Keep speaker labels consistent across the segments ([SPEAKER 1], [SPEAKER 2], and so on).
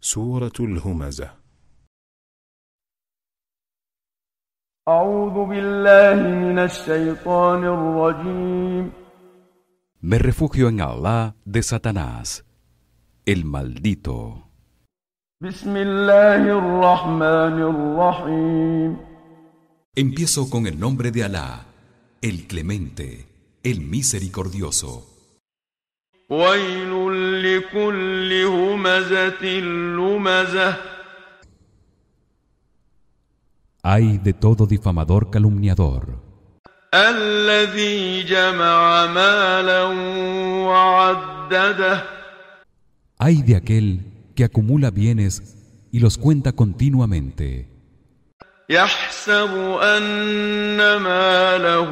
[SPEAKER 1] سورة الهمزة
[SPEAKER 2] أعوذ بالله من الشيطان الرجيم
[SPEAKER 3] Me refugio en Alá de Satanás, el maldito.
[SPEAKER 2] بسم الله الرحمن الرحيم
[SPEAKER 3] Empiezo con el nombre de Alá, el clemente, el misericordioso.
[SPEAKER 2] ويل لكل همزة لمزة
[SPEAKER 3] Ay de todo difamador calumniador,
[SPEAKER 2] الذي جمع مالا وعدده
[SPEAKER 3] ay de aquel que acumula bienes y los cuenta continuamente,
[SPEAKER 2] يحسب أن ماله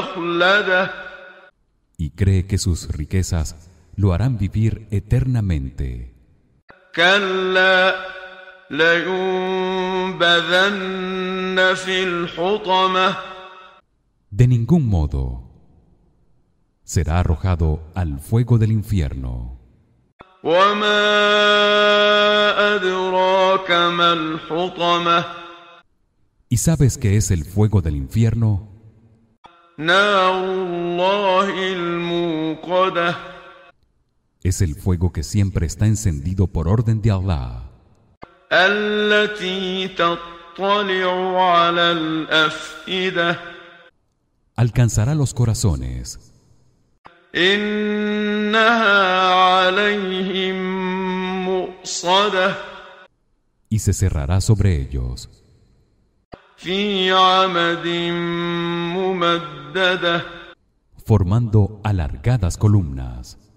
[SPEAKER 2] أخلده
[SPEAKER 3] y cree que sus riquezas lo harán vivir eternamente.
[SPEAKER 2] كلا لينبذن في الحطمة
[SPEAKER 3] De ningún modo. Será arrojado al fuego del infierno.
[SPEAKER 2] وما أدراك ما الحطمة
[SPEAKER 3] ¿Y sabes qué es el fuego del infierno?
[SPEAKER 2] نار الله الموقدة
[SPEAKER 3] Es el fuego que siempre está encendido por orden de Allah,
[SPEAKER 2] التي تطلع على الأفئدة
[SPEAKER 3] alcanzará los corazones.
[SPEAKER 2] إنها عليهم مؤصدة
[SPEAKER 3] y se cerrará sobre ellos
[SPEAKER 2] في عمد ممدده
[SPEAKER 3] formando alargadas columnas